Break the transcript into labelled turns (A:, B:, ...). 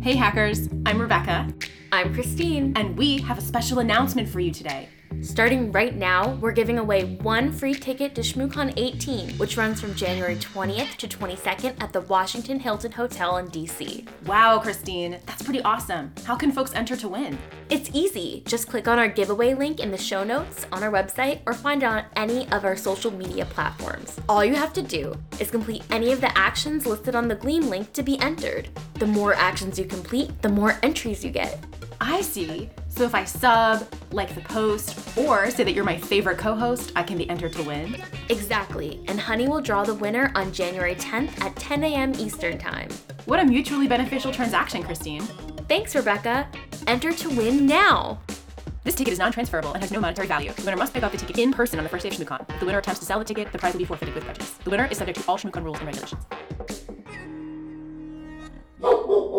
A: Hey, hackers, I'm Rebecca,
B: I'm Christine.
A: and we have a special announcement for you today.
B: Starting right now, we're giving away one free ticket to ShmooCon 18, which runs from January 20th to 22nd at the Washington Hilton Hotel in DC.
A: Wow, Christine, that's pretty awesome. How can folks enter to win?
B: It's easy. Just click on our giveaway link in the show notes, on our website, or find it on any of our social media platforms. All you have to do is complete any of the actions listed on the Gleam link to be entered. The more actions you complete, the more entries you get.
A: I see. So if I sub, like the post, or say that you're my favorite co host, I can be entered to win.
B: Exactly. And Honey will draw the winner on January 10th at 10 a.m. Eastern Time.
A: What a mutually beneficial transaction, Christine.
B: Thanks, Rebecca. Enter to win now.
A: This ticket is non transferable and has no monetary value. The winner must pick up the ticket in person on the first day of ShmooCon. If the winner attempts to sell the ticket, the prize will be forfeited with prejudice. The winner is subject to all ShmooCon rules and regulations.